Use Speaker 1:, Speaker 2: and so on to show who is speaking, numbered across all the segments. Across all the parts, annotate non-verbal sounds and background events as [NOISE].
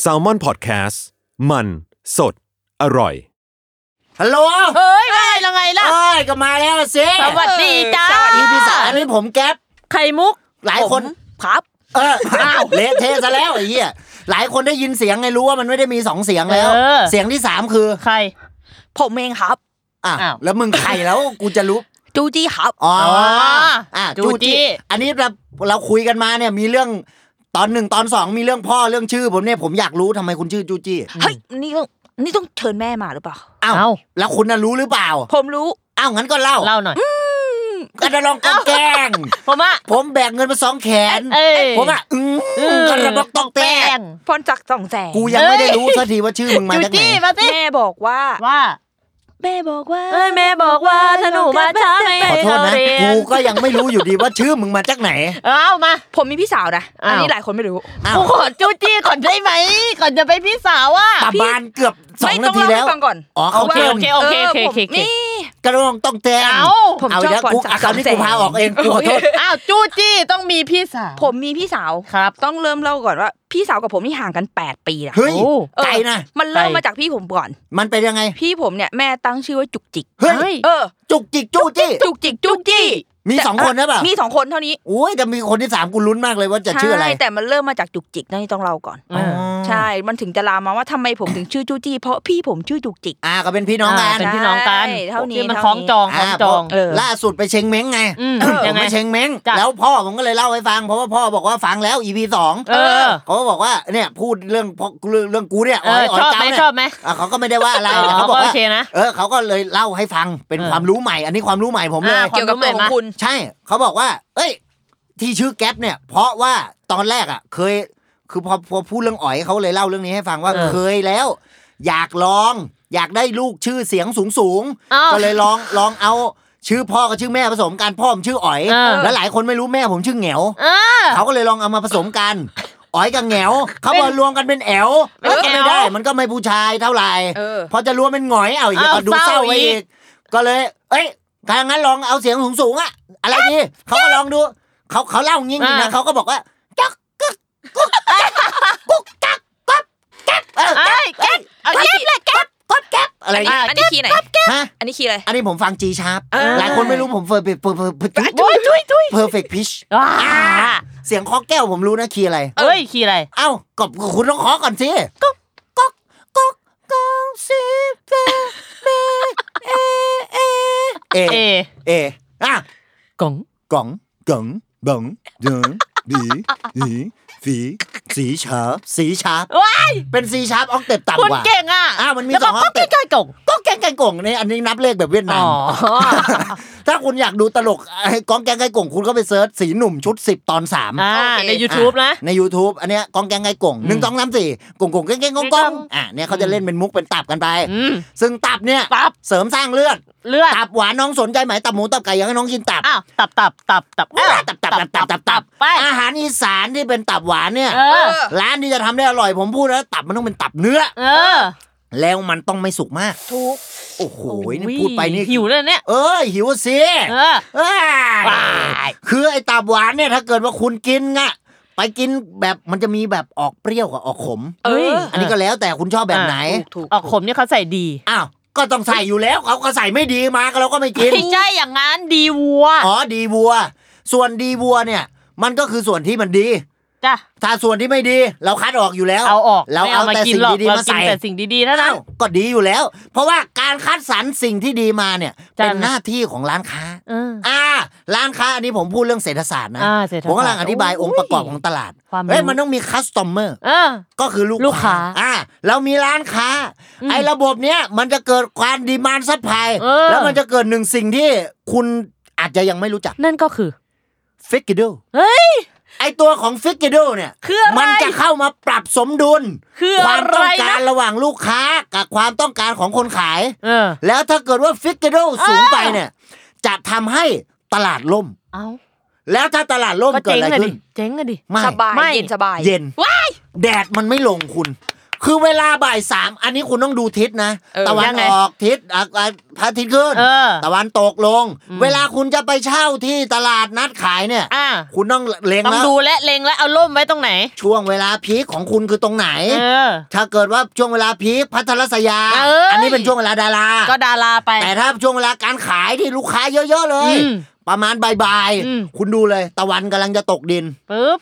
Speaker 1: แซลมอนพอดแคสต์มันสดอร่อย
Speaker 2: ฮัลโหล
Speaker 3: เฮ้ยได้ละไงล่ะ
Speaker 2: เอ้ยก็มาแล้วสิ
Speaker 3: สวัสดีจ้า
Speaker 2: สวัสดีพี่สารพี่ผมแก๊ป
Speaker 3: ไข่มุก
Speaker 2: หลายคน
Speaker 3: ผมครับ
Speaker 2: เอออ้าวเละเทะซะแล้วไอ้เหี้ยหลายคนได้ยินเสียงไงรู้ว่ามันไม่ได้มีสองเสียงแล้ว
Speaker 3: เออ
Speaker 2: เสียงที่สามคือ
Speaker 3: ใคร ผมเองครับ
Speaker 2: อ่ะ
Speaker 3: อ้าว
Speaker 2: แล้วมึงใครแล้วกูจะรู้
Speaker 3: จูจี้ครับ
Speaker 2: อ๋อ
Speaker 3: อ่า
Speaker 2: อ่ะ
Speaker 3: จูจี้
Speaker 2: อันนี้เราเราคุยกันมาเนี่ยมีเรื่องตอนหนึ่งตอนสองมีเรื่องพ่อเรื่องชื่อ ผมเนี่ยผมอยากรู้ทำไมคุณชื่อจูจี้
Speaker 3: เฮ้ยนี่ต้องนี่ต้องเชิญแม่มาหรือเปล่า
Speaker 2: อ้าวแล้วคุณน่ะรู้หรือเปล่า
Speaker 3: ผมรู้
Speaker 2: อ้าวงั้นก็เล่า
Speaker 3: เล่าหน่อย
Speaker 2: ก็จะลองก็แกล้ง
Speaker 3: ผมอ่ะ
Speaker 2: ผมแบกเงินมาสองแขน
Speaker 3: เอ้ย
Speaker 2: ผมอ่ะอืมกระบอกตอกแตก
Speaker 4: พรจักรสองแสง
Speaker 2: กูยังไม่ได้รู้สักทีว่าชื่อมึงมาจากไหน
Speaker 4: แม่บอกว่า
Speaker 3: ว่า
Speaker 4: แม่บอกว่า
Speaker 3: เอ้ยแม่บอกว่าถ้าหนูมาช้าแม่
Speaker 2: ขอโทษนะ
Speaker 3: เรียน
Speaker 2: กูก็ยังไม่รู้อยู่ดีว่าชื่อมึงมาจากไหน
Speaker 3: เอามา
Speaker 4: ผมมีพี่สาวนะ อันนี้
Speaker 3: อ้าว
Speaker 4: หลายคนไม่รู้
Speaker 2: อ้า
Speaker 3: กู
Speaker 2: ว
Speaker 3: ขอจูจี้ก่อนได้ไหม ก่อนจะไปพี่สาวอ่ะ
Speaker 2: ประมาณเกือบสอ
Speaker 4: ไม่
Speaker 2: ง
Speaker 4: ต้
Speaker 2: นา
Speaker 4: อง
Speaker 2: ที
Speaker 4: เล่า
Speaker 2: แล้ว
Speaker 4: ให้ฟังก่อน
Speaker 2: อ๋อเขา
Speaker 4: พราะว่า
Speaker 2: เพิ่ม
Speaker 3: โอเคโอเคโอเค
Speaker 4: ผม
Speaker 3: โอเคโอเค
Speaker 4: นี่
Speaker 2: กระบอกต้องแตก
Speaker 3: เอา
Speaker 4: ผม
Speaker 2: เอา
Speaker 4: ชอบ
Speaker 2: แล้ว
Speaker 4: ก่อน
Speaker 2: กู
Speaker 4: จาก
Speaker 2: คราวนี้
Speaker 4: สอง
Speaker 2: กู
Speaker 4: แสน
Speaker 2: พาออกเอง กูขอโทษ
Speaker 3: อ้าวจูจี้ต้องมีพี่สาว
Speaker 4: ผมมีพี่สาว
Speaker 3: ครับ
Speaker 4: ต้องเริ่มเล่าก่อนว่า พี่สาวกับผมนี่ห่างกัน 8 ปีนะ
Speaker 2: เฮ้ย
Speaker 3: โอ้
Speaker 4: เออ
Speaker 2: ไกลนะ
Speaker 4: มันเริ่ม
Speaker 3: ไกล
Speaker 4: มาจากพี่ผมก่อน
Speaker 2: มันเป็นยังไง
Speaker 4: พี่ผมเนี่ยแม่ตั้งชื่อว่าจุกจิก
Speaker 2: เฮ้ย
Speaker 4: เออ
Speaker 2: จุกจิกจู้จี้
Speaker 4: จุกจิกจุกจี้
Speaker 2: มีสองคนนะเปล่า
Speaker 4: มีสองคนเท่านี้
Speaker 2: โอ้ยแต่มีคนที่สามกูลุ้นมากเลยว่าจะชื่ออะไร
Speaker 4: ใแต่มันเริ่มมาจากจุกจิกนี่ต้องเล่าก่อน
Speaker 2: อ๋อ
Speaker 4: ใช่ มันถึงจะลามมาว่าทำไมผมถึงชื่อจุกจี้เพราะพี่ผมชื่อจุกจิก
Speaker 2: อ่าก็เป็นพี่น้องกั
Speaker 3: อ่าน เป็นพี่น้องกัน
Speaker 4: ใช่เท่านี้
Speaker 3: ที่มันค
Speaker 4: เท่านี้
Speaker 3: ล้องจองคล้อง
Speaker 2: อ่า
Speaker 3: จอง
Speaker 2: เพราะล่าสุดไปเชงเม้งไง
Speaker 3: อืม
Speaker 2: เออ
Speaker 3: ยัง
Speaker 2: ผ
Speaker 3: ไง
Speaker 2: มไปเชงเม้ง
Speaker 3: จ้ะ
Speaker 2: แล้วพ่อผมก็เลยเล่าให้ฟัง เพราะว่าพ่อบอกว่าฟังแล้ว EP สอง
Speaker 3: เออ
Speaker 2: เขาก็บอกว่าเนี่ยพูดเรื่องพ่อเรื่องเรื่องกูเนี่ย
Speaker 3: เออชอบไหม
Speaker 2: เจ้าเนี่ย
Speaker 3: ชอบไหม
Speaker 2: อ่ะเขาก็ไม่ได้ว่าอะไร
Speaker 3: อ๋อ
Speaker 2: แต่เขาบอก
Speaker 3: ก็
Speaker 2: ว่า
Speaker 3: โอเคนะ
Speaker 2: เออเขาก็เลยเล่าให้ฟังเป็น
Speaker 3: เออ
Speaker 2: ความรู้ใหม่ อันนี้ความรู้ใหม่ผมเลย
Speaker 3: อ่า
Speaker 4: เกี่ยวกับตัวของคุณ
Speaker 2: ใช่เขาบอกว่า เอ้ย ที่ชื่อแก๊ปเนี่ย เพราะว่าตอนแรกอ่ะ เคย คือพอพอพูดเรื่องอ๋อยเขาเลยเล่าเรื่องนี้ให้ฟังว่า
Speaker 3: เออ
Speaker 2: เคยแล้ว อยากลอง อยากได้ลูกชื่อเสียงสูงสูงๆ
Speaker 3: อ้าว
Speaker 2: ก็เลยลองลองเอาชื่อพ่อกับชื่อแม่ผสมกันพ่อผมชื่ออ๋อย
Speaker 3: เออ
Speaker 2: แล้วหลายคนไม่รู้แม่ผมชื่อเหงียว
Speaker 3: เออ
Speaker 2: เขาก็เลยลองเอามาผสมกัน อ๋อยกับแหงวเขาบอกรวมกันเป็นแอว
Speaker 3: เป็น
Speaker 2: ก็
Speaker 3: แอ๋ว
Speaker 2: ไม่ได้ มันก็ไม่ผู้ชายเท่าไหร่
Speaker 4: เออ
Speaker 2: พอจะรวมเป็นหงอยเอาอีก
Speaker 3: เอา
Speaker 2: ก็ดูเศร้าไว้
Speaker 3: เศร้าอี
Speaker 2: อี
Speaker 3: ก
Speaker 2: ก ก็เลย เอ้ยถ้างั้นลองเอาเสียงสูงสูงๆอะอะไรดีเขาก็ลองดูเขาเขาเล่าอย่างงี้จริงๆนะเขาก็บอกว่าจักกักกุ๊กเอ้ยกุ๊กกักก๊อบแก๊บเออ
Speaker 3: ไอ้ยแก๊ปเอาแก๊ปแหละแก๊ป
Speaker 2: ก๊อบแก๊บอะไรอย่างงี้
Speaker 3: อ่ะ
Speaker 4: อันนี้คีย์ไหน
Speaker 2: ฮะ
Speaker 4: อันนี้คีย์อะไร
Speaker 2: อันนี้ผมฟังจีชาร์ป
Speaker 4: เออ
Speaker 2: หลายคนไม่รู้ผมเฟอร์เฟกเพอร์เฟก
Speaker 3: โอ้ยจุ้ยจุ้ย
Speaker 2: เพอร์เฟกพิช
Speaker 3: ว้า
Speaker 2: เสียงเคอแก้วผมรู้นะคีย์อะไร
Speaker 3: เอ้ยขี่อะไร
Speaker 2: เอ้าก็คุณต้องขอก่อนสิก๊อกก๊อกก๊อกก๊อกสิเปเอเอเอ
Speaker 3: เอ
Speaker 2: เอเออ่ะ
Speaker 3: กง
Speaker 2: ก๋องก๋องบ๋องเดิงบีอีฝีสีชาร์ปสีชาร์ป
Speaker 3: ว้าย
Speaker 2: เป็นสีชาร์ปออกเต็ปต่ำ
Speaker 3: คุณ
Speaker 2: กว่า
Speaker 3: เก่งอ่ะ
Speaker 2: อ่ะมันมี
Speaker 3: แล้ว
Speaker 2: ส
Speaker 3: ก็
Speaker 2: องห้
Speaker 3: ก็
Speaker 2: อง
Speaker 3: เก่ง
Speaker 2: เตะ
Speaker 3: กกง
Speaker 2: ก้องแกงไก่ก่งในอันนี้นับเลขแบบเวียดนา
Speaker 3: อ๋
Speaker 2: ม
Speaker 3: อ
Speaker 2: [LAUGHS] ถ้าคุณอยากดูตลกไอ้ก้องแกงไก่ก่งคุณก็ไปเซิร์ชสีหนุ่มชุด 10 ตอน 3
Speaker 3: อ่า
Speaker 4: โอเค
Speaker 3: ใน YouTube นะ
Speaker 2: ใน YouTube อันเนี้ยกองแกงไงกง
Speaker 3: อืม
Speaker 2: หนึ่งสองสามสี่กงกงแกงแกงกงก
Speaker 3: กง
Speaker 2: งอ่ะเนี่ยเขาจะเล่นเป็นมุกเป็นตับกันไป
Speaker 3: อืม
Speaker 2: ซึ่งตับเนี่ย
Speaker 3: ตับ
Speaker 2: เสริมสร้างเลือด
Speaker 3: เลือด
Speaker 2: ตับหวานน้องสนใจไหมตับหมูตับไก่อยากให้น้องกินตับ
Speaker 3: อ้าวตับตับตับตับ
Speaker 2: อ้าว
Speaker 3: อ้าว
Speaker 2: ตับตับตับตับตับตับ
Speaker 3: ไป
Speaker 2: อาหารอีสานที่เป็นตับหวานเนี่ย
Speaker 3: เออ
Speaker 2: ร้านที่จะทำได้อร่อยผมพูดแล้วตับมันต้องเป็นตับเนื้อ
Speaker 3: เออ
Speaker 2: แล้วมันต้องไม่สุกมาก
Speaker 4: ทุก
Speaker 2: โอ้โหนี่พูดไปนี่
Speaker 3: หิวเลยเนี่ย
Speaker 2: เอ้ยหิวสิ
Speaker 3: เออ
Speaker 2: อ้าย
Speaker 3: ว้าย
Speaker 2: คือไอ้ตับหวานเนี่ยถ้าเกิดว่าคุณกินอะไปกินแบบมันจะมีแบบออกเปรี้ยวกับออกขม
Speaker 4: เออ
Speaker 2: อันนี้ก็แล้วแต่คุณชอบแบบไหน
Speaker 4: ถูกถูก
Speaker 3: ออกขมนี่เขาใส่ดี
Speaker 2: อ้าว ก็ต้องใส่อยู่แล้วเขาก็ใส่ไม่ดีมาก็เราก็ไม่กิน
Speaker 3: ไม่ใช่อย่างนั้นดีวัว
Speaker 2: อ๋อดีวัว ส่วนดีวัวเนี่ย มันก็คือส่วนที่มันดี
Speaker 3: ใช่ จ้ะ
Speaker 2: ถ้าส่วนที่ไม่ดี เราคัดออกอยู่แล้ว
Speaker 3: เอาออก
Speaker 2: เรา
Speaker 3: ไม่
Speaker 2: เอาแต่
Speaker 3: กิน
Speaker 2: สิ่ง
Speaker 3: หรอก
Speaker 2: ดีๆ
Speaker 3: เรา
Speaker 2: มา
Speaker 3: กิน
Speaker 2: ใส่
Speaker 3: แต่สิ่งดีๆเท่านั้น
Speaker 2: อ้าวก็ดีอยู่แล้ว เพราะว่าการคัดสรรสิ่งที่ดีมาเนี่ย
Speaker 3: จ้ะ
Speaker 2: เป็นหน้าที่ของร้านค้า
Speaker 3: เออ
Speaker 2: อ่า ร้านค้าอันนี้ผมพูดเรื่องเศรษฐศาสตร์นะ
Speaker 3: อ่าเศรษฐศาสตร์
Speaker 2: ผมกำลังอธิบายองค์ประกอบของตลาด
Speaker 3: ความรู้
Speaker 2: เฮ้ยมันต้องมีคัสตอมเมอร์
Speaker 3: เออ
Speaker 2: ก็คือลู
Speaker 3: ลูกค้า
Speaker 2: อ่าเรามีร้านค้า ไอ้ระบบเนี้ยมันจะเกิดความดีมานซัพพลาย
Speaker 3: เออ
Speaker 2: แล้วมันจะเกิดหนึ่งสิ่งที่คุณอาจจะยังไม่รู้จัก
Speaker 3: นั่นก็คือ
Speaker 2: ฟิกกิดล
Speaker 3: เฮ้ย
Speaker 2: ไอ้ตัวของฟิกกิดลเนี่ย
Speaker 3: คืออะไร
Speaker 2: มันจะเข้ามาปรับสมดุล
Speaker 3: คือ
Speaker 2: ความ
Speaker 3: อะไร
Speaker 2: ต้อง
Speaker 3: นะ
Speaker 2: การระหว่างลูกค้ากับความต้องการของคนขาย
Speaker 3: เออ
Speaker 2: แล้วถ้าเกิดว่าฟิกเกโดสูงไปเนี่ย จะทำให้ตลาดล่ม
Speaker 3: เอา
Speaker 2: แล้วถ้าตลาดล่ม
Speaker 3: ก็
Speaker 2: เกิด
Speaker 3: เจ๊ง
Speaker 2: อะไร
Speaker 3: อะ
Speaker 2: ขึ้
Speaker 3: ดิ
Speaker 2: น
Speaker 3: เจ๊งอะดิ
Speaker 2: ไม่
Speaker 4: สบาย
Speaker 3: ไม่
Speaker 4: เย็นสบาย
Speaker 2: เย็นแดดมันไม่ลงคุณ คือเวลาบ่ายสามอันนี้คุณต้องดูทิศนะ
Speaker 4: เออ
Speaker 2: ตะวัน
Speaker 3: ยังไง
Speaker 2: ออกทิศอ่ะอ่ะพระอาทิตย์ขึ้น
Speaker 3: เออ
Speaker 2: ตะวันตกลง
Speaker 3: อืม
Speaker 2: เวลาคุณจะไปเช่าที่ตลาดนัดขายเนี่ย
Speaker 3: อ่า
Speaker 2: คุณต้องเล็ง
Speaker 3: ต้อง
Speaker 2: แล้ว
Speaker 3: ดูและเล็งและเอาล่มไว้ตรงไหน
Speaker 2: ช่วงเวลาพีคของคุณคือตรงไหน
Speaker 3: เออ
Speaker 2: ถ้าเกิดว่าช่วงเวลาพีคพัทรศยา
Speaker 3: เอ้ย
Speaker 2: อันนี้เป็นช่วงเวลาดารา
Speaker 3: ก็ดาราไป
Speaker 2: แต่ถ้าช่วงเวลาการขายที่ลูกค้าเยอะ ๆ เลย
Speaker 3: อืม
Speaker 2: ประมาณบ่าย
Speaker 3: อืม
Speaker 2: ๆคุณดูเลยตะวันกำลังจะตกดิน
Speaker 3: ปุ๊บ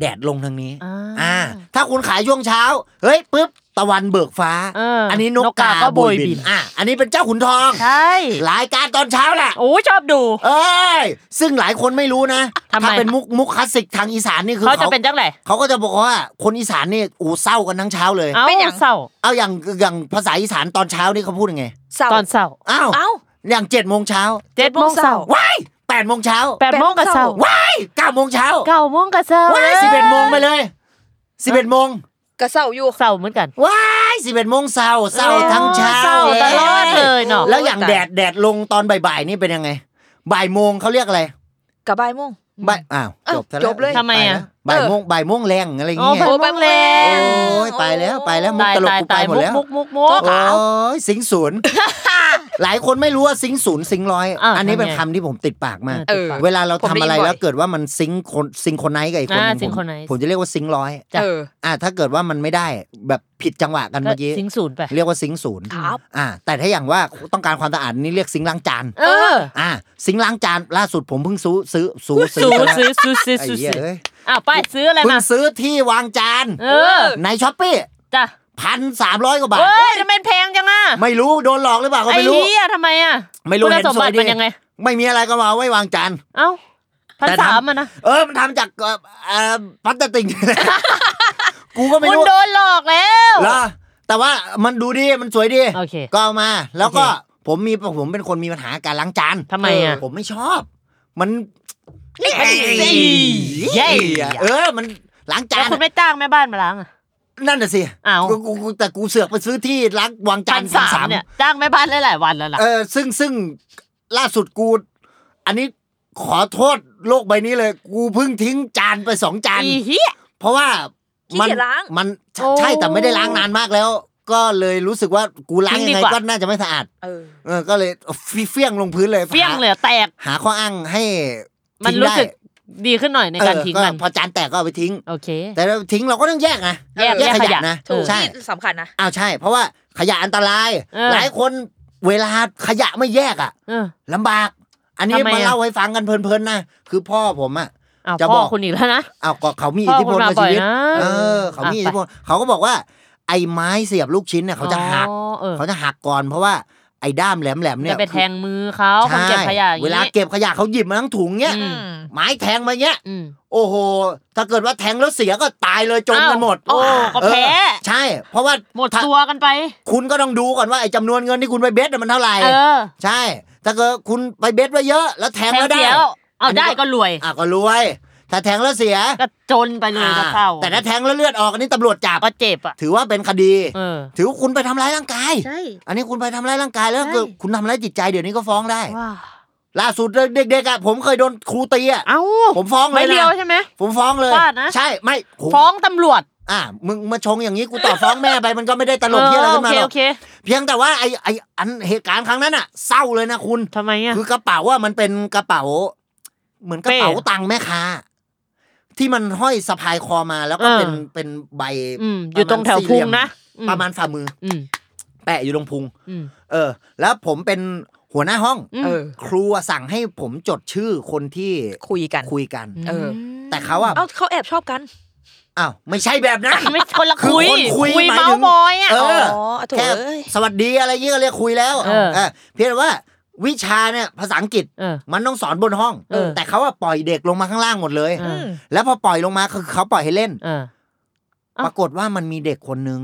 Speaker 2: แดดลงทางนี้
Speaker 3: อ่า
Speaker 2: อ่าถ้าคุณขายช่วงเช้า เฮ้ยปุ๊บตะวันเบิกฟ้า
Speaker 3: เอออั
Speaker 2: นนี้นก
Speaker 3: นก
Speaker 2: า
Speaker 3: กาก
Speaker 2: ก
Speaker 3: ก็โบยบิน
Speaker 2: อ่ะอันนี้เป็นเจ้าขุนทอง
Speaker 3: ใช่
Speaker 2: รายการตอนเช้าแหละ
Speaker 3: โอ้ยชอบดู
Speaker 2: เอ้ยซึ่งหลายคนไม่รู้นะ
Speaker 3: ทำไม
Speaker 2: ถ้าเป็นมุกมุกคลาสสิกทางอีสานนี่คือ
Speaker 3: เขาจะเป็นจังไหน
Speaker 2: เขาก็จะบอกว่าคนอีสานนี่อูเศร้ากันทั้งเช้าเลย
Speaker 3: เอา
Speaker 4: เป็นอย่าง
Speaker 3: เศร้า
Speaker 2: เอาอย่างอย่างภาษาอีสานตอนเช้านี่เขาพูดยังไง
Speaker 4: เศร้า
Speaker 3: ตอนเศร้า
Speaker 2: อ้าว
Speaker 4: เอ้า
Speaker 2: อย่างเจ็ดโมงเช้า
Speaker 3: เจ็ดโมงเศร้า
Speaker 2: ว้ายแปดโมงเช้า
Speaker 3: แปดโมงกับเศร้า
Speaker 2: ว้ายเก้าโมงเช้า
Speaker 3: เก้าโมงกับเศร้า
Speaker 2: ว้ายสิบเอ็ดโมงไปเลยสิบเอ็ดโมง
Speaker 4: กระเศร้าอยู่
Speaker 3: เศร้าเหมือนกัน
Speaker 2: ว้ายสิบเอ็ดโมงเศร้าเศร้าทั้งเช้า
Speaker 3: เศร้าตลอดเลยเนอะ
Speaker 2: แล้วอย่าง
Speaker 4: โอ้ย
Speaker 2: แด
Speaker 4: ตาย
Speaker 2: ดแดดลงตอนบ่ายๆนี่เป็นยังไง บ่ายโมงเขาเรียกอะไร
Speaker 4: กระบายโมง
Speaker 2: บ่ายอ้าว
Speaker 4: อ้าว
Speaker 2: จบซะ
Speaker 4: จบเล
Speaker 2: ป
Speaker 4: ย
Speaker 2: แว
Speaker 3: ทำไมอะ
Speaker 2: บ่ายโมงบ่ายโมงแรงอะไรอย่าง
Speaker 3: โอ้
Speaker 2: เงี้ย
Speaker 3: โหแปดโมงแล้
Speaker 2: โ
Speaker 3: ว
Speaker 2: อ้ยไปแล้วไปแล้วมุก
Speaker 3: ตาย
Speaker 2: ตลก
Speaker 3: ตาย
Speaker 2: กูไปห
Speaker 3: ตาย
Speaker 2: มด
Speaker 3: มุก
Speaker 2: แล้ว
Speaker 3: มุกมุกมุก
Speaker 2: โอ้ยสิงศูนย์ หลายคนไม่รู้ว่าสิงศูนย์สิงร้อย
Speaker 3: อ่า
Speaker 2: อันนี้เป็น
Speaker 3: ทำไง
Speaker 2: คำที่ผมติดปากมาก
Speaker 4: เออ
Speaker 2: เวลาเรา
Speaker 4: ผม
Speaker 2: ทำ
Speaker 4: ได้ยิ
Speaker 2: อะ
Speaker 4: น
Speaker 2: ไร
Speaker 4: บ่อย
Speaker 2: แล้วเกิดว่ามันซิงค์คนซิงค์คนไนท์กับอีกคนห
Speaker 3: อ่า
Speaker 2: นึง
Speaker 3: ซิ
Speaker 2: ผ
Speaker 3: งค์
Speaker 2: ม
Speaker 3: คนไนท์
Speaker 2: ผมจะเรียกว่าซิงค์ร้อย
Speaker 3: จ้ะ
Speaker 4: เออ
Speaker 2: อ่าถ้าเกิดว่ามันไม่ได้แบบผิดจังหวะกัน
Speaker 3: ก็
Speaker 2: เมื่อกี้
Speaker 3: สิงศูนย์ไป
Speaker 2: เรียกว่าซิงค์ศูนย์
Speaker 4: ครับ
Speaker 2: อ่า แต่ถ้าอย่างว่าต้องการความสะอาดนี่เรียกซิงค์ล้างจาน
Speaker 3: เออ
Speaker 2: อ่าซิงค์ล้างจานล่าสุดผมเพิ่งซื้อซื้อซื้อ
Speaker 3: ศูนย์
Speaker 2: ซื้
Speaker 3: ซื้
Speaker 2: อ
Speaker 3: อซื้อ
Speaker 2: ไอ้
Speaker 3: ซื้อซื้อ
Speaker 2: เหี้ยเอ้ย
Speaker 3: อ่ะไปซื้ออะไร
Speaker 2: เพิ่
Speaker 3: มา
Speaker 2: งซื้อที่วางจาน
Speaker 3: เออ
Speaker 2: ในช้อปปี้
Speaker 3: จ้ะ
Speaker 2: พันสามร้อยกว่าบาท
Speaker 3: เอ้ยทำไมแพงจังอ่ะ
Speaker 2: ไม่รู้โดนหลอกหรือเปล่าก็
Speaker 3: ไอ้
Speaker 2: ไม่รู้
Speaker 3: เหี้ยทำไมอ่ะ
Speaker 2: ไม่รู้
Speaker 3: คุณ
Speaker 2: เห็น
Speaker 3: สมบั
Speaker 2: สวย
Speaker 3: ติ
Speaker 2: ดิ
Speaker 3: มันยังไง
Speaker 2: ไม่มีอะไรก็มาไว้วางจาน
Speaker 3: เอ้าพัน
Speaker 2: แต่ทำ
Speaker 3: สามอะนะ
Speaker 2: เออ มันทำจากเอ่อเอ่อพลาสติก [LAUGHS] กูก็ไม่
Speaker 3: คุณ
Speaker 2: รู้
Speaker 3: โดนหลอกแล้ว
Speaker 2: เหรอแต่ว่ามันดูดี มันสวยดี
Speaker 3: โอเค
Speaker 2: ก็เอามา แล้วก็
Speaker 3: โอเค
Speaker 2: ผมมีผมเป็นคนมีปัญหาการล้างจาน
Speaker 3: ทำไมอ่ะ
Speaker 2: ผมไม่ชอบ มันนี่
Speaker 3: เย้
Speaker 2: เออ มันล้างจา
Speaker 3: แล้ว
Speaker 2: น
Speaker 3: คุณไม่จ้างแม่บ้านมาล้างอ่ะ
Speaker 2: นั่นน่ะสิ
Speaker 3: อ้าว
Speaker 2: กูกูกูแต่กูเสือกไปซื้อที่ล้างวางจา
Speaker 3: พั
Speaker 2: น
Speaker 3: นสามเนี่ยจ้างแม่บ้านหลายๆวันแล้วล่ะ
Speaker 2: เออ ซึ่งซึ่งล่าสุดกู อันนี้ขอโทษโลกใบนี้เลย กูเพิ่งทิ้งจานไปสองจาน
Speaker 3: อีเหี้ย
Speaker 2: เพราะว่ามั
Speaker 4: ขี้เกียจล้าง
Speaker 2: มัน
Speaker 3: โอ้
Speaker 2: ใช่แต่ไม่ได้ล้างนานมากแล้ว ก็เลยรู้สึกว่ากูล้างยัง
Speaker 3: ทิ้ง
Speaker 2: ไง
Speaker 3: ดีกว่า
Speaker 2: ก็น่าจะไม่สะอาด
Speaker 4: เออ
Speaker 2: เออก็เลยเฟี้ยงลงพื้นเลย
Speaker 3: เฟี้ยงเหลื
Speaker 2: หา
Speaker 3: อแตก
Speaker 2: หาข้ออ้างให้
Speaker 3: มัน
Speaker 2: ทิ้ง
Speaker 3: รู้สึก
Speaker 2: ไ
Speaker 3: ดีขึ้นหน่อยใน
Speaker 2: ด้
Speaker 3: การทิ้ง
Speaker 2: เออ
Speaker 3: มัน
Speaker 2: พอจานแตกก็เอาไปทิ้ง
Speaker 3: โอเค
Speaker 2: แต่เราทิ้งเราก็ต้องแยกนะ
Speaker 3: แยกแยกขยะ
Speaker 2: นะ
Speaker 3: ถูก
Speaker 2: ใช่
Speaker 4: ที่สำคัญนะ
Speaker 2: อ้าวใช่ เพราะว่าขยะอันตราย
Speaker 3: เออ
Speaker 2: หลายคนเวลาขยะไม่แยกอ่ะ
Speaker 3: เออ
Speaker 2: ลำบาก อันนี้
Speaker 3: ทำไม
Speaker 2: มา
Speaker 3: อะ
Speaker 2: เล่าให้ฟังกันเพลินๆนะคือพ่อผมอ่ะ
Speaker 3: อ้าว
Speaker 2: จะ
Speaker 3: พ่
Speaker 2: บ
Speaker 3: อ
Speaker 2: อก
Speaker 3: คุณอีกแล้วนะ
Speaker 2: เอาก็เขามี
Speaker 3: พ่
Speaker 2: อิท
Speaker 3: อ
Speaker 2: ธิพล
Speaker 3: คุณมา
Speaker 2: กับชีวิต
Speaker 3: บ่อยนะ
Speaker 2: เออ เขามีอิ
Speaker 3: อ่ะ
Speaker 2: ทธิพลเขาก็บอกว่า ไอ้ไม้เสียบลูกชิ้นเนี่ยเขาจะหัก
Speaker 3: อ๋อเออ
Speaker 2: เขาจะหักก่อนเพราะว่าไอ้ด้ามแหลมๆเนี่
Speaker 3: จะ
Speaker 2: ย
Speaker 3: ไปแทงมือเขา
Speaker 2: คือ
Speaker 3: คนเก็บขยะอย่าง
Speaker 2: เวลา
Speaker 3: นี้
Speaker 2: เก็บขยะเขาหยิบมาทั้งถุงเนี่ย
Speaker 3: อืม
Speaker 2: ไม้แทงมาเนี้ย
Speaker 3: อืม
Speaker 2: โอ้โห ถ้าเกิดว่าแทงแล้วเสียก็ตายเลยจมกันหมด
Speaker 3: อ้าวโอ้ก็แพ้
Speaker 2: เออใช่ เพราะว่า
Speaker 3: หมด
Speaker 2: ถ้า
Speaker 3: ตัวกันไป
Speaker 2: คุณก็ต้องดูก่อนว่าไอ้จำนวนเงินที่คุณไปเบสน่ะมันเท่าไหร่
Speaker 3: เออ
Speaker 2: ใช่ ถ้าเกิดคุณไปเบสไว้เยอะ แล้วแทง
Speaker 3: แทง
Speaker 2: แล้วได้
Speaker 3: เสียเอาได้ก็รวย
Speaker 2: [LAUGHS] อ่ะก็รวย ถ้าแทงแล้วเสีย
Speaker 3: ก็จนไปเลยก็เศร้า
Speaker 2: แต่ถ้าแทงแล้วเลือดออกอันนี้ตำรวจจับ
Speaker 3: ก็เจ็บอ่ะ
Speaker 2: ถือว่าเป็นคดี
Speaker 3: เออ
Speaker 2: ถือว่าคุณไปทำร้ายร่างกาย อันนี้คุณไปทำร้ายร่างกายแล้วก็คุณทำร้ายจิตใจเดี๋ยวนี้ก็ฟ้องได้
Speaker 3: ว้า
Speaker 2: ล่าสุดเด็กๆอะผมเคยโดนครูตีอะ
Speaker 3: เอ้า
Speaker 2: ผมฟ้องเล
Speaker 3: ไม่
Speaker 2: ย
Speaker 3: เดียว
Speaker 2: นะ
Speaker 3: ใช่ไหม
Speaker 2: ผมฟ้องเลย
Speaker 3: ฟาดนะ
Speaker 2: ใช่ไม่ผม
Speaker 3: ฟ้องตำรวจ
Speaker 2: อ่ะมึงมาชงอย่างนี้กูต่อฟ้องแม่ไปมันก็ไม่ได้ตลก
Speaker 3: เออ
Speaker 2: เที่ยอะไร
Speaker 3: โอ
Speaker 2: ขึ้นมา
Speaker 3: เค
Speaker 2: หร
Speaker 3: โอ
Speaker 2: อก
Speaker 3: เค
Speaker 2: เพียงแต่ว่าไอไออันเหตุการณ์ครั้งนั้นอะเศร้าเลยนะคุณ
Speaker 3: ทำไมอ่ะ
Speaker 2: คือกระเป๋าว่ามันเป็นกระเป๋า เหมือนกระเป๋า
Speaker 3: เป้
Speaker 2: ตังค์แม่ค้า ที่มันห้อยสะพายคอมาแล้วก็
Speaker 3: เออ
Speaker 2: เป็นเป็นใบ
Speaker 3: อืมอยู่ตรงแถว
Speaker 2: ประมาณสี่เห
Speaker 3: พุ
Speaker 2: ลี่
Speaker 3: ง
Speaker 2: ยม
Speaker 3: นะอื
Speaker 2: ประมาณฝ่ามือ
Speaker 3: อืม
Speaker 2: แปะอยู่ตรงพุง
Speaker 3: อืม
Speaker 2: เออ แล้วผมเป็นหัวหน้าห้อง
Speaker 3: อืม
Speaker 2: ครูอะสั่งให้ผมจดชื่อคนที่
Speaker 4: คุยกัน
Speaker 2: คุยกัน
Speaker 4: เออ
Speaker 2: แต่เขาอะ
Speaker 4: เอ้าเขาแอบชอบกัน
Speaker 2: อ้าวไม่ใช่แบบนั้น
Speaker 3: ไม่คนละ
Speaker 2: คือ
Speaker 3: คุย
Speaker 2: คนคุยหมายถึง
Speaker 3: เมาส์มอยอ่ะ
Speaker 2: เออ
Speaker 4: อ๋อโถูก
Speaker 2: แค่
Speaker 4: เอ้ย
Speaker 2: สวัสดีอะไรเงี้ยก็เรียกคุยแล้ว
Speaker 3: เออ
Speaker 2: เออเพียงแต่ว่าวิชาเนี่ยภาษาอังกฤษ
Speaker 3: เออ
Speaker 2: มันต้องสอนบนห้อง
Speaker 3: เออ
Speaker 2: แต่เขาอะปล่อยเด็กลงมาข้างล่างหมดเลย
Speaker 3: เออ
Speaker 2: แล้วพอปล่อยลงมาคือเขาปล่อยให้เล่น
Speaker 3: เออ เอ้า
Speaker 2: ปรากฏว่ามันมีเด็กคนหนึ่ง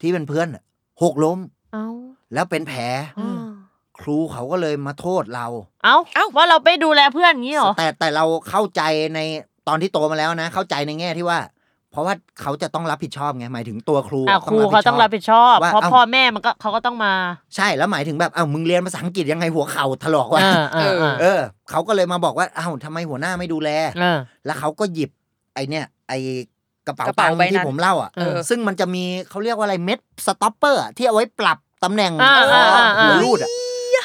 Speaker 2: ที่เป็นเพื่อนอะหกล้ม
Speaker 3: เอา
Speaker 2: แล้วเป็นแผล
Speaker 3: อืม
Speaker 2: ครูเขาก็เลยมาโทษเรา
Speaker 3: เอา
Speaker 4: เอ้า
Speaker 3: ว่าเราไปดูแลเพื่อนอย่างนี้เหรอ
Speaker 2: แต่แต่เราเข้าใจในตอนที่โตมาแล้วนะ เข้าใจในแง่ที่ว่า เพราะว่าเขาจะต้องรับผิดชอบไงหมายถึงตัวครู
Speaker 3: อ่ะ
Speaker 2: อะ
Speaker 3: ครูเขาต้องรับผิดชอบ
Speaker 2: ว่า
Speaker 3: เพราะ
Speaker 2: เอ้า
Speaker 3: พ่อแม่มันก็เขาก็ต้องมา
Speaker 2: ใช่แล้วหมายถึงแบบเอ้ามึงเรียนภาษาอังกฤษยังไงหัวเข่าถลอกวะ
Speaker 3: เออเออเออ
Speaker 2: เออเขาก็เลยมาบอกว่าอ้าวทำไมหัวหน้าไม่ดูแล
Speaker 3: เออ
Speaker 2: แล้วเขาก็หยิบไอเนี่ยไอกระเป๋าก
Speaker 4: ระ
Speaker 2: ตั
Speaker 4: เป๋าง
Speaker 2: ค์
Speaker 4: ใบ
Speaker 2: ที่
Speaker 4: นั้น
Speaker 2: ผมเล่าอ่ะ
Speaker 4: เออ
Speaker 2: ซึ่งมันจะมีเขาเรียกว่าอะไรเม็ดสต็อปเปอร์ที่เอาไว้ปรับตำแหน่ง
Speaker 3: อ่า
Speaker 2: คออา
Speaker 3: อ่า
Speaker 2: หัวรูดอ่ะ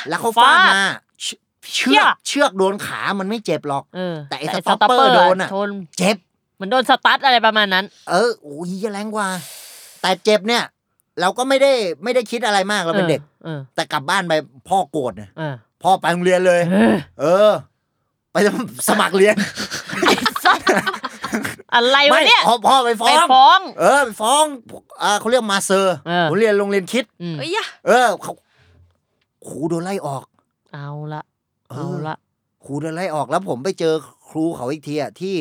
Speaker 2: แล้วเขาฟาด
Speaker 3: ฟาด
Speaker 2: มาเชืเชือกเชือกโดนขามันไม่เจ็บหรอก
Speaker 3: เออ
Speaker 2: แต่ไอ้สต็อปเปอร์โดนอะ
Speaker 3: ทน
Speaker 2: เจ็บ
Speaker 3: เหมือนโดนสตั๊ดอะไรประมาณนั้น
Speaker 2: เออโอ้ยแรงกว่า แต่เจ็บเนี่ย เราก็ไม่ได้ไม่ได้คิดอะไรมากเราเป็นเด็ก
Speaker 3: เออ
Speaker 2: แต่กลับบ้านไปพ่อโกรธนะ
Speaker 3: เออ
Speaker 2: พ่อไปโรงเรียนเลย
Speaker 3: เออ
Speaker 2: เออ ไปสมัครเรียน
Speaker 3: อะไรวะ
Speaker 2: ไม่
Speaker 3: เนี่ย
Speaker 2: พอพ่อไปฟ้
Speaker 3: ไป
Speaker 2: อง
Speaker 3: ฟ้อง
Speaker 2: เออไปฟ้องเอ่อเขาเรียกมาเซอร์
Speaker 3: เออ
Speaker 2: ผมเรียนโรงเรียนคิด
Speaker 3: อืม
Speaker 4: เอ้ยยะ
Speaker 2: เออเขาครูโดนไล่ออก
Speaker 3: เอาละ
Speaker 2: เอ
Speaker 3: เอา
Speaker 2: อ
Speaker 3: ละ
Speaker 2: ครูโดนไล่ออกแล้วผมไปเจอครูเขาอีกทีอ่ะที่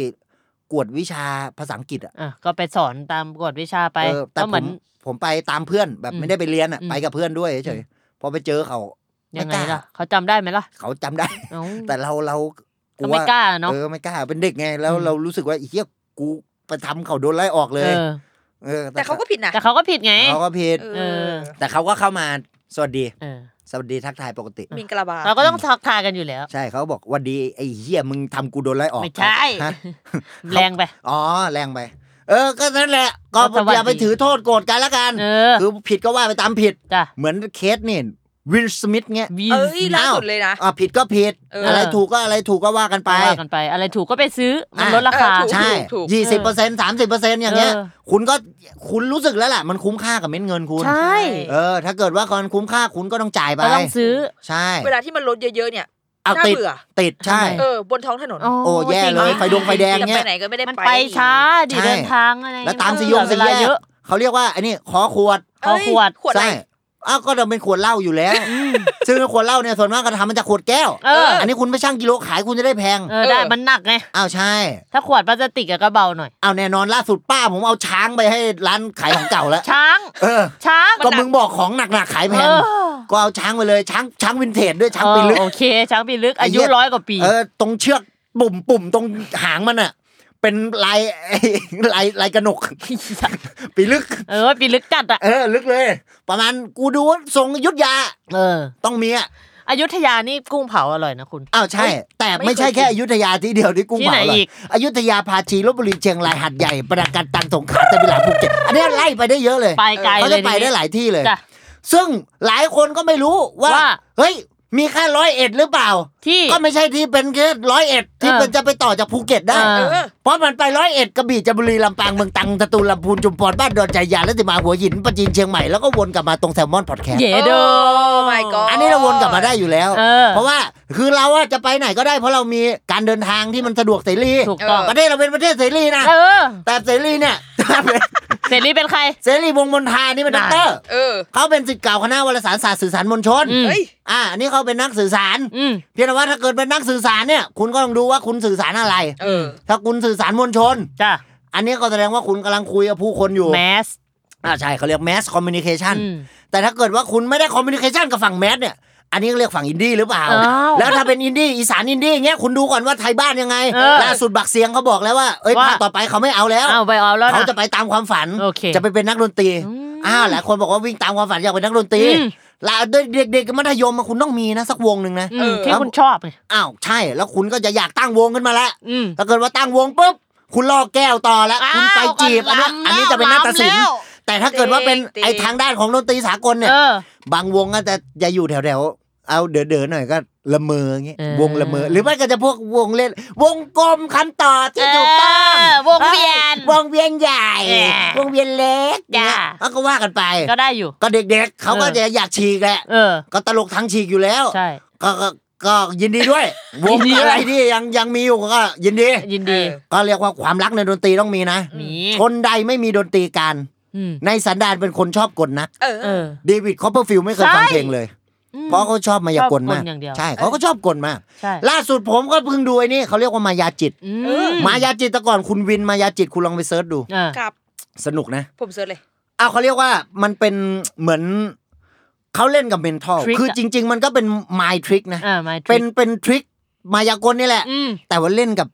Speaker 2: กวดวิชาภาษาอังกฤษอ่ะ
Speaker 3: อ่ะก็ไปสอนตามกฎวิชาไป
Speaker 2: เออแต่
Speaker 3: ก็เห
Speaker 2: ผ
Speaker 3: มือ
Speaker 2: ม
Speaker 3: น
Speaker 2: ผมไปตามเพื่อนแบบ
Speaker 3: อืม
Speaker 2: ไม่ได้ไปเรียนอ่ะ
Speaker 3: อืม
Speaker 2: ไปกับเพื่อนด้วยเฉยๆพอไปเจอเขา
Speaker 3: ยั
Speaker 2: ไม่
Speaker 3: ง
Speaker 2: ก
Speaker 3: ไง
Speaker 2: ล้า
Speaker 3: ล่ะเขาจำได้ไหมล่ะ
Speaker 2: เขาจำได้
Speaker 3: เอ้า
Speaker 2: แต่เราเรา
Speaker 3: ก็ไม่กล้าเนอะ
Speaker 2: เออไม่กล้าเป็นเด็กไง แล้ว
Speaker 3: อืม
Speaker 2: เรารู้สึกว่าไอีเหี้ยกูไปทำเขาโดนไล่ออกเลย
Speaker 3: เออ
Speaker 2: เออ
Speaker 4: แต่เขาก็ผิดนะ
Speaker 3: แต่เขาก็ผิดไง
Speaker 2: เขาก็ผิด
Speaker 3: เออ
Speaker 2: แต่เขาก็เข้ามาสวัสดี
Speaker 3: เออ
Speaker 2: สวัสดีทักทายปกติ
Speaker 4: มินกระบา
Speaker 3: เราก็ต้องทักทายกันอยู่แล้ว
Speaker 2: ใช่เขาบอกวันดีไอ้เฮียมึงทำกูโดนไล่ออก
Speaker 3: ไม่ใช่
Speaker 2: ฮะ
Speaker 3: แรงไป
Speaker 2: อ๋อแรงไป เออ ก็นั่นแหละ ก็
Speaker 3: ก็สวัสดี
Speaker 2: อย่าไปถือโทษโกรธกันละกัน
Speaker 3: เออ
Speaker 2: คือผิดก็ว่าไปตามผิด
Speaker 3: จ้ะ
Speaker 2: เหมือนเคสนี่วินสมิธเงี้ย
Speaker 3: วิว
Speaker 4: เอ้ยล่าสุด
Speaker 2: อ้าว
Speaker 4: เลยนะ
Speaker 2: อ่ะผิดก็ผิด
Speaker 4: เอออ
Speaker 2: อะไรถูกก็อะไรถูกก็ว่ากันไป
Speaker 3: ว่ากันไป อะไรถูกก็ไปซื้อ มัน
Speaker 2: อ่ะ
Speaker 3: ลดราคา
Speaker 4: เออถูก
Speaker 2: ใช่ยี่สิบเปอร์เซ็นต์สามสิบเปอร์เซ็นต์อย่างเงี้ย
Speaker 3: เออ
Speaker 2: คุณก็คุณรู้สึกแล้วแหละมันคุ้มค่ากับเม็ดเงินคุณ
Speaker 3: ใช่
Speaker 2: เออ ถ้าเกิดว่ามันคุ้มค่าคุณก็ต้องจ่ายไป
Speaker 3: ก็ต้องซื้อ
Speaker 2: ใช่
Speaker 4: เวลาที่มันลดเยอะๆเนี่ย
Speaker 2: เอา
Speaker 4: น่า
Speaker 2: ติด
Speaker 4: เบื่อ
Speaker 2: ติดใช่
Speaker 4: เออบนท้องถนน
Speaker 2: โอ้แย่เลยไฟดงไฟแดง
Speaker 4: จะ
Speaker 2: เงี้
Speaker 4: ไป
Speaker 2: ย
Speaker 4: ไหนก็ไม่ได้
Speaker 3: มัน
Speaker 4: ไป
Speaker 3: ไปช้าดิ
Speaker 2: ใช่
Speaker 3: เดินทางอะไร
Speaker 2: แล้วตาม
Speaker 3: น
Speaker 2: สยองส
Speaker 3: เหลือเวย ลาเย
Speaker 2: แย
Speaker 3: อะ
Speaker 2: เขาเรียกว่าไอ้นี่ขอขวด
Speaker 3: ขอขวด
Speaker 4: ขวดอะไร
Speaker 2: ใช่อ้าวก็จะเป็นขวดเหล้าอยู่แล้ว ซึ่งขวดเหล้าเนี่ยส่วนมากก็ทำมาจากขวดแก้ว
Speaker 3: เออ
Speaker 2: อันนี้คุณไปชั่งกิโลขายคุณจะได้แพง
Speaker 3: เออได้มันหนักไง
Speaker 2: อ้าวใช่
Speaker 3: ถ้าขวดพลาสติกอะก็เบาหน่อย
Speaker 2: เอาแน่นอนล่าสุดป้าผมเอาช้างไปให้ร้านขายของเก่าแล้ว
Speaker 3: ช้าง
Speaker 2: เออ
Speaker 3: ช้าง
Speaker 2: ก็มึงบอกของหนักๆขายแพง
Speaker 3: เออ
Speaker 2: ก็เอาช้างไปเลยช้างช้างวินเทจด้วยช้างปีนลึก
Speaker 3: เออโอเค ช้างปีนลึก
Speaker 2: ไอ้
Speaker 3: อา
Speaker 2: เหี้
Speaker 3: ยุ
Speaker 2: ย
Speaker 3: ร้อยกว่าปี
Speaker 2: เออตรงเชือกปุ่มปุ่มตรงหางมันอะเป็นลาย [LAUGHS] ไอ้ลายลายกระหนกปีนลึก
Speaker 3: เออปีนลึกจัดอะ
Speaker 2: เออลึกเลย ประมาณกูดูว่าทรงอยุทธยา
Speaker 3: เออ
Speaker 2: ต้องมีอะ
Speaker 3: อยุธยานี่กุ้งเผาอร่อยนะคุณ
Speaker 2: อ้าวใช่ แต่
Speaker 4: ไม่
Speaker 2: ไม่
Speaker 4: เคย
Speaker 2: ใช่แค่
Speaker 4: กิน
Speaker 2: อยุธยาที่เดียวที่กุ้ง
Speaker 3: ที่
Speaker 2: เผา
Speaker 3: ไหน
Speaker 2: หรอ
Speaker 3: อี
Speaker 2: ก
Speaker 3: ก
Speaker 2: อยุธยาภาชีลบบุรีเชียงรายหัดใหญ่ปราการตังสงขลาตะบิลาภูเก็ตอันเนี้ยไล่ไปได้เยอะเลย
Speaker 3: ไปไกล
Speaker 2: เขา
Speaker 3: เล
Speaker 2: จะ
Speaker 3: ย
Speaker 2: ไปได้หลายที่เลย
Speaker 3: จ้ะ
Speaker 2: ซึ่งหลายคนก็ไม่รู้ว่า
Speaker 3: ว่า
Speaker 2: เฮ้ย มีแค่ร้อยเอ็ดหรือเปล่า
Speaker 3: ที่
Speaker 2: ก็ไม่ใช่ที่เป็นแค่ร้อยเอ็ดที่
Speaker 3: เออ
Speaker 2: เป็นจะไปต่อจากภูเก็ตได้
Speaker 3: เออ
Speaker 4: เออ
Speaker 2: เพราะมันไปร้อยเอ็ดกระบี่จันทบุรีลำปางเมืองตรังตะตูนลำพูนจุมพรบ้านดอนใจยาและติมาหัวหินประจีนเชียงใหม่แล้วก็วนกลับมาตรงแซลมอนพอดแคสต์
Speaker 3: เยเดอ
Speaker 4: Oh my god
Speaker 2: อันนี้เราวนกลับมาได้อยู่แล้ว
Speaker 3: เออ
Speaker 2: เพราะว่าคือเราอะจะไปไหนก็ได้เพราะเรามีการเดินทางที่มันสะดวกเสรี
Speaker 3: ถูกต้อง
Speaker 2: ประเทศเราเป็นประเทศเสรีนะ
Speaker 3: เออ
Speaker 2: แต่เสรีเนี่ย [LAUGHS]
Speaker 3: เสรีเป็นใคร
Speaker 2: เสรีวงศ์มนทานี่เป็นด็อกเตอร์
Speaker 4: เออ
Speaker 2: เขาเป็นสิทธิ์เก่าคณะวารสารศาสตร์สื่อสารมวลชน
Speaker 3: อืม
Speaker 4: เฮ้ย
Speaker 2: อ่าอันนี่เขาเป็นนักสื่อสาร
Speaker 3: อืม
Speaker 2: เพียงแต่ว่าถ้าเกิดเป็นนักสื่อสารเนี่ย คุณก็ต้องดูว่าคุณสื่อสารอะไร
Speaker 4: เออ
Speaker 2: ถ้าคุณสื่อสารมวลชน
Speaker 3: จ้ะ
Speaker 2: อันนี้ก็แสดงว่าคุณกำลังคุยกับผู้คนอยู่
Speaker 3: แมส
Speaker 2: อ่าใช่เขาเรียกแมสคอมมิวนิเคชัน
Speaker 3: อืม
Speaker 2: แต่ถ้าเกิดว่าคุณไม่ได้คอมมิวนิเคชันกับฝั่งแมสเนี่ย อันนี้เรียกฝั่งอินดี้หรือเปล่า
Speaker 3: อ้าว
Speaker 2: แล้วถ้าเป็นอินดี้อีสานอินดี้อย่างเงี้ยคุณดูก่อนว่าไทยบ้านยังไง
Speaker 3: เออ
Speaker 2: ล่าสุดบักเสียงเขาบอกแล้วว่า เอ้ย
Speaker 3: ว่า
Speaker 2: ภาคต่อไปเขาไม่เอาแล้ว
Speaker 3: เอาไปเอาแล้ว
Speaker 2: เขา
Speaker 3: นะ
Speaker 2: จะไปตามความฝัน
Speaker 3: โอเค
Speaker 2: จะไปเป็นนักดนตรี
Speaker 3: อืม
Speaker 2: อ้าวหลายคนบอกว่าวิ่งตามความฝันอยากเป็นนักดนตรี
Speaker 3: อืม
Speaker 2: และเด็กๆมัธยมอะคุณต้องมีนะสักวงหนึ่งนะ
Speaker 3: อื
Speaker 4: เอ
Speaker 3: ม
Speaker 4: อ
Speaker 3: ที่คุณชอบไง
Speaker 2: อ้าวใช่ แล้วคุณก็จะอยากตั้งวงขึ้นมาแล้ว
Speaker 3: อืม
Speaker 2: ถ้าเกิดว่าตั้งวงปุ๊บ คุณล่อแก้วต่อแล้ว คุณไปจีบอันเนี้ยอันนี้จะเป็นหน้าตาสิน
Speaker 3: อ้าวก็ลำแล้ว
Speaker 2: แต่ถ้าเกิดว่าเป็น
Speaker 4: จริงๆ
Speaker 2: ไอทางด้านของดนตรีสากลเนี่ย
Speaker 3: เออ
Speaker 2: บางวงก็จะจะอยู่แถวๆ เอาเด๋อๆหน่อยก็ละเมออย่างเงี้ย
Speaker 3: เออ
Speaker 2: วงละเมอ หรือไม่ก็จะพวกวงเล่น วงกลมคันต่อที่ถูกต้อง
Speaker 3: เออวงเวียน
Speaker 2: วงเวียนใหญ่
Speaker 3: เออ
Speaker 2: วงเวียนเล็ก
Speaker 3: จ้ะ
Speaker 2: เนี่ยก็ว่ากันไป
Speaker 3: ก็ได้อยู่
Speaker 2: ก็เด็กๆ เขาก็
Speaker 3: เออ
Speaker 2: จะอยากฉีกแหละ
Speaker 3: เออ
Speaker 2: ก็ตลกทางฉีกอยู่แล้ว
Speaker 3: ใช่
Speaker 2: ก็ก็ ก็ยินดีด้วยว
Speaker 3: ยิ
Speaker 2: ง
Speaker 3: นดีด้วย
Speaker 2: อะไรที่ยังยังมีอยู่ก็ยินดี
Speaker 3: ยินดี
Speaker 2: ก็เรียกว่าความรักในดนตรีต้องมีนะ
Speaker 3: หมี
Speaker 2: คนใดไม่มีดนตรีการ
Speaker 3: อืม
Speaker 2: ในสันดานเป็นคนชอบกลนะ
Speaker 4: เออ
Speaker 3: เออ
Speaker 2: เดวิดคอปเปอร์ฟิลด์ไม่เคยฟัง
Speaker 3: ใช่
Speaker 2: เพลงเลย
Speaker 3: อืม
Speaker 2: เพราะเขาชอบมายากลมาก
Speaker 3: ชอบกลอย่างเดียว
Speaker 2: ใช่เขาก็ชอบกลมาก
Speaker 3: ใช่
Speaker 2: ล่าสุดผมก็เพิ่งดูไอ้นี่เขาเรียกว่ามายาจิต
Speaker 3: อืม
Speaker 2: มายาจิตแต่ก่อนคุณวินมายาจิตคุณลองไปเซิร์ชดู
Speaker 3: เออ
Speaker 4: ครับ
Speaker 2: สนุกนะ
Speaker 4: ผมเสิร์ชเลย
Speaker 2: อ้าวเขาเรียกว่ามันเป็นเหมือนเขาเล่นกับเมนทอล
Speaker 3: Trick
Speaker 2: คือจริง ๆ มันก็เป็นมายทริกนะ
Speaker 3: เออ my trick
Speaker 2: เป็นเป็นทริกมายากลนี่แหละ
Speaker 3: อืม
Speaker 2: แต่ว่าเล่นกับ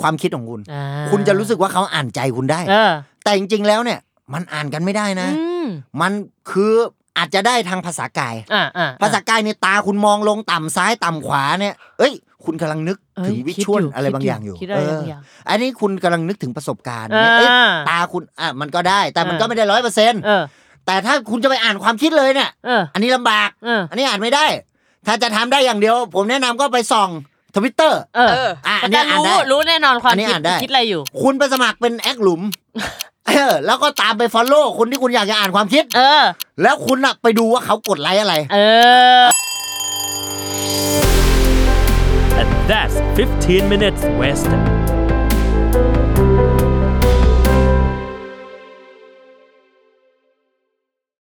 Speaker 2: ความคิดของคุณ
Speaker 3: อ่า
Speaker 2: คุณจะรู้สึกว่าเขาอ่านใจคุณได้
Speaker 3: เออ
Speaker 2: แต่จริงๆแล้วเนี่ย มันอ่านกันไม่ได้นะ
Speaker 3: อืม
Speaker 2: มันคืออาจจะได้ทางภาษากาย
Speaker 3: อ่าอ่า
Speaker 2: ภาษากายในตาคุณมองลงต่ำซ้ายต่ำขวาเนี่ย เอ้ย คุณกำลังนึก
Speaker 3: เอ้ย
Speaker 2: ถึงวิชวลอะไรบางอย่างอยู่
Speaker 3: คิดอะไรบางอย่าง
Speaker 2: เอออันนี้คุณกำลังนึกถึงประสบการณ์เนี่ยเอ้ย
Speaker 3: อ่า
Speaker 2: ตาคุณอ่ะมันก็ได้ แต่มัน
Speaker 3: เออ
Speaker 2: ก็ไม่ได้ร้อยเปอร์เซ็นต์
Speaker 3: เออ
Speaker 2: แต่ถ้าคุณจะไปอ่านความคิดเลยเนี่ย
Speaker 3: เออ
Speaker 2: อันนี้ลำบาก
Speaker 3: เออ
Speaker 2: อันนี้อ่านไม่ได้ ถ้าจะทำได้อย่างเดียว ผมแนะนำก็ไปส่องทวิตเตอร์
Speaker 3: เออ
Speaker 4: เออ
Speaker 2: อ่ะอัน
Speaker 3: แต่
Speaker 2: เนี้ยอ่าน
Speaker 3: รู้
Speaker 2: ได้
Speaker 3: รู้แน่นอนความ
Speaker 2: อันนี้
Speaker 3: คิด
Speaker 2: อ่านได้
Speaker 3: คิดอะไรอยู่
Speaker 2: คุณไปสมัครเป็นแอคหลุมเออแล้วก็ตามไปฟอลโล่คนที่คุณอยากจะอ่านความคิด
Speaker 3: เออ
Speaker 2: แล้วคุณน่ะไปดูว่าเขากดไลค์อะไร
Speaker 3: เออ
Speaker 5: And that's 15 minutes wasted.